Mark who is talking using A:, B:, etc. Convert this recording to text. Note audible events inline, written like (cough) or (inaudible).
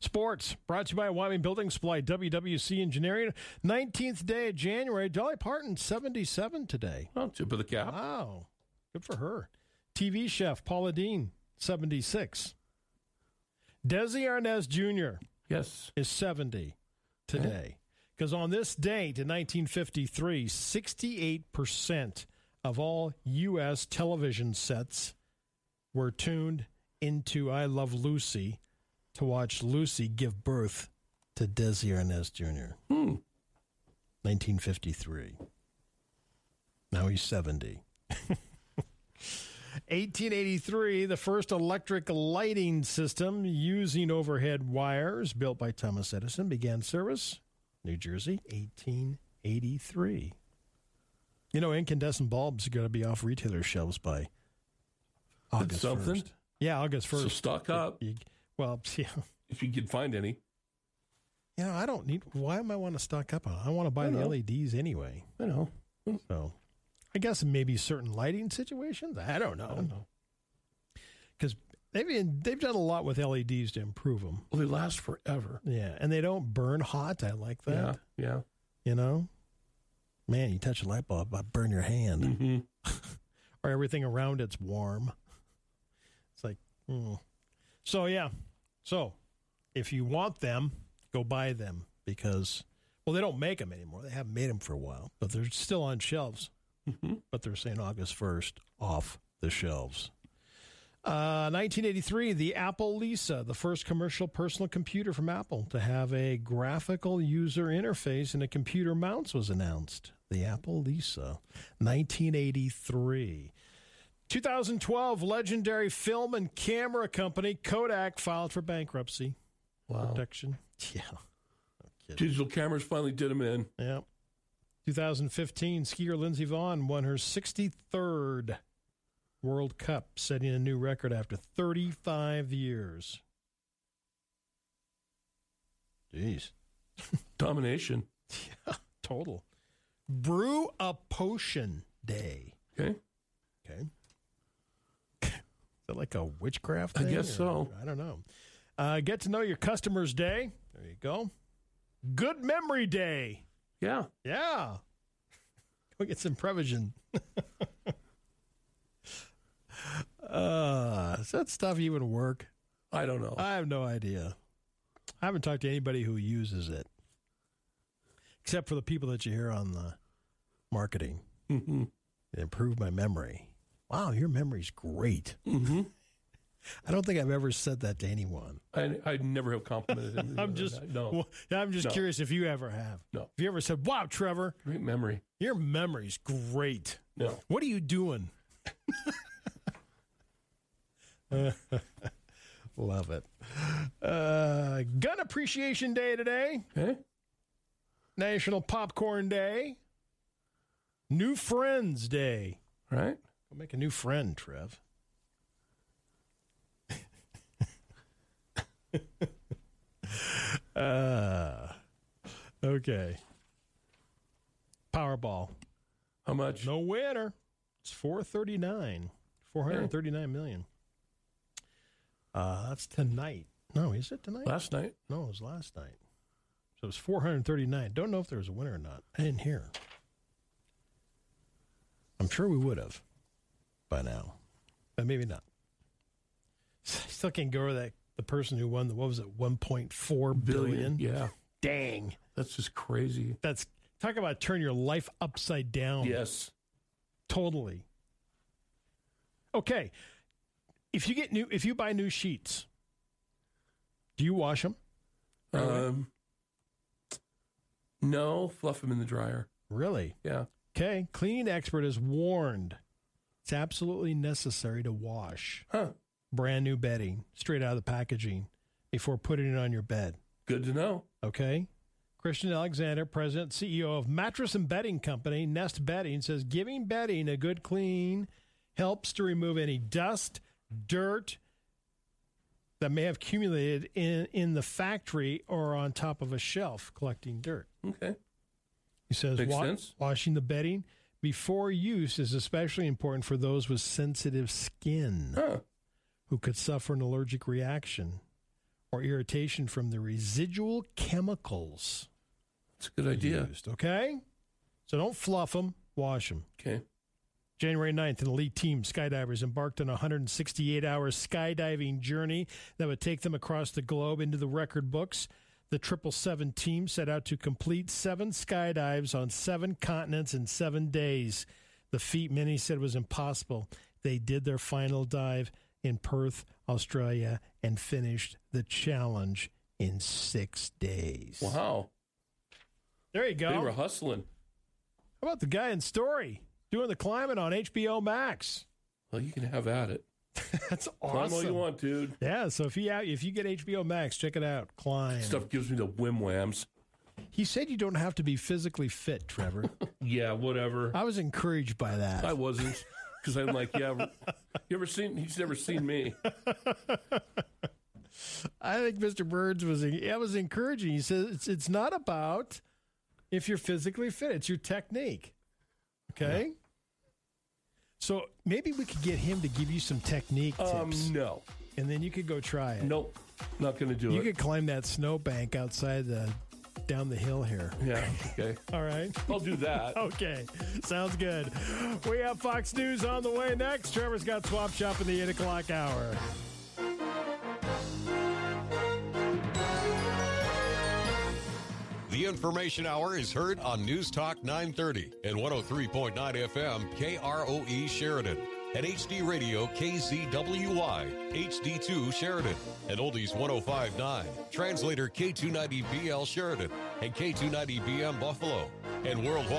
A: Sports, brought to you by Wyoming Building Supply, WWC Engineering. 19th day of January. Dolly Parton, 77 today.
B: Well, tip of the cap.
A: Wow. Good for her. TV chef Paula Dean, 76. Desi Arnaz Jr.
B: Yes.
A: is 70 today. Because on this date in 1953, 68% of all U.S. television sets were tuned into I Love Lucy to watch Lucy give birth to Desi Arnaz Jr.
B: Hmm.
A: 1953. Now he's (laughs) 70. 1883, the first electric lighting system using overhead wires built by Thomas Edison began service. New Jersey, 1883. You know, incandescent bulbs are going to be off retailer shelves by August
B: something.
A: 1st. Yeah, August
B: So
A: 1st.
B: stock up
A: You- well, (laughs) yeah.
B: if you can find any.
A: You know, I don't need. Why am I want to stock up on? it? I want to buy
B: I
A: the
B: know.
A: LEDs anyway.
B: I know.
A: So, I guess maybe certain lighting situations. I don't
B: I don't
A: know
B: know.
A: because they've been- they've done a lot with LEDs to improve them.
B: Well, they last forever.
A: Yeah, and they don't burn hot. I like
B: Yeah.
A: that.
B: Yeah.
A: You know, man, you touch a light bulb, I burn your hand,
B: Mm-hmm.
A: or everything around it's warm. It's like, mm. so yeah. So, if you want them, go buy them because well, they don't make them anymore. They haven't made them for a while, but they're still on shelves.
B: Mm-hmm.
A: but they're saying August 1st off the shelves. Uh, 1983, the Apple Lisa, the first commercial personal computer from Apple to have a graphical user interface and a computer mouse was announced. The Apple Lisa, 1983. 2012, legendary film and camera company Kodak filed for bankruptcy
B: Wow.
A: protection. Yeah.
B: Digital cameras finally did them in.
A: Yeah. 2015, skier Lindsey Vaughn won her 63rd World Cup, setting a new record after 35 years. Jeez.
B: Domination.
A: Yeah, total. Brew a potion day.
B: Okay.
A: Okay. Is that like a witchcraft
B: I
A: thing?
B: guess so.
A: I don't know. Uh, get to know your customers day. There you go. Good memory day.
B: Yeah.
A: Yeah. Go get some Prevagen. (laughs) uh, does that stuff even work?
B: I don't know.
A: I have no idea. I haven't talked to anybody who uses it, except for the people that you hear on the marketing.
B: mm-hmm.
A: It improved my memory. Wow, your memory's great.
B: Mm-hmm.
A: I don't think I've ever said that to anyone.
B: I I never have complimented him. (laughs)
A: I'm (laughs) just,
B: no
A: well, I'm just
B: No.
A: curious if you ever have.
B: No.
A: Have you ever said, "Wow, Trevor,
B: great memory.
A: your memory's great"?
B: No.
A: What are you doing? Love it. Uh, Gun Appreciation Day today,
B: Okay.
A: National Popcorn Day, New Friends Day.
B: All right.
A: Go make a new friend, Trev. (laughs) uh, okay. Powerball.
B: How much?
A: No winner. It's 439. 439 million. Uh, that's tonight. No, is it tonight?
B: Last night.
A: No, it was last night. So it was 439. Don't know if there was a winner or not. I didn't hear. I'm sure we would have by now, but maybe not. (laughs) Still can't go over that. The person who won the, what was it, 1.4 billion?
B: Yeah.
A: Dang.
B: That's just crazy.
A: That's, talk about turn your life upside
B: Oh.
A: down.
B: Yes.
A: Totally. Okay. If you get new, if you buy new sheets, do you wash them?
B: Um. No, fluff them in the dryer.
A: Really?
B: Yeah.
A: Okay. Cleaning expert is warned it's absolutely necessary to wash
B: Huh.
A: brand new bedding straight out of the packaging before putting it on your bed.
B: Good to know.
A: Okay. Christian Alexander, president, CEO of mattress and bedding company Nest Bedding, says giving bedding a good clean helps to remove any dust, dirt that may have accumulated in, in the factory or on top of a shelf collecting dirt.
B: Okay.
A: He says
B: Makes
A: wa-
B: sense.
A: washing the bedding before use is especially important for those with sensitive skin
B: Huh.
A: who could suffer an allergic reaction or irritation from the residual chemicals
B: It's a good idea.
A: used. Okay? So don't fluff them, wash them.
B: Okay.
A: January 9th, an elite team skydivers embarked on a 168 hour skydiving journey that would take them across the globe into the record books. The 777 team set out to complete seven skydives on seven continents in seven days. The feat many said was impossible. They did their final dive in Perth, Australia, and finished the challenge in six days.
B: Wow.
A: There you go.
B: They were hustling.
A: How about the guy in Story doing the climbing on HBO
B: (laughs)
A: Max?
B: Well, you can have at it.
A: That's
B: Climb all you
A: awesome.
B: want, dude.
A: Yeah, so if you out, if you get HBO Max, check it out. Climb.
B: Stuff gives me the whim whams.
A: He said you don't have to be physically fit,
B: (laughs)
A: Trevor.
B: Yeah, whatever.
A: I was encouraged by that.
B: I wasn't because I'm like, yeah.
A: (laughs)
B: You ever seen? He's never seen me.
A: I think Mr. Burns was that was encouraging. He says it's it's not about if you're physically fit; it's your technique. Okay. So maybe we could get him to give you some technique
B: Um,
A: tips,
B: no,
A: and then you could go try it.
B: nope, not gonna do
A: you
B: it.
A: could climb that snowbank outside the down the hill here.
B: Yeah, okay,
A: All right. (laughs)
B: I'll do that.
A: Okay, sounds good. We have Fox News on the way next. Trevor's got Swap Shop in the 8 o'clock hour.
C: The Information Hour is heard on News Talk 930 and 103.9 FM KROE E Sheridan. At HD Radio KZWY, HD2 Sheridan, and Oldies 1059, translator K290BL Sheridan, and K290BM Buffalo, and worldwide.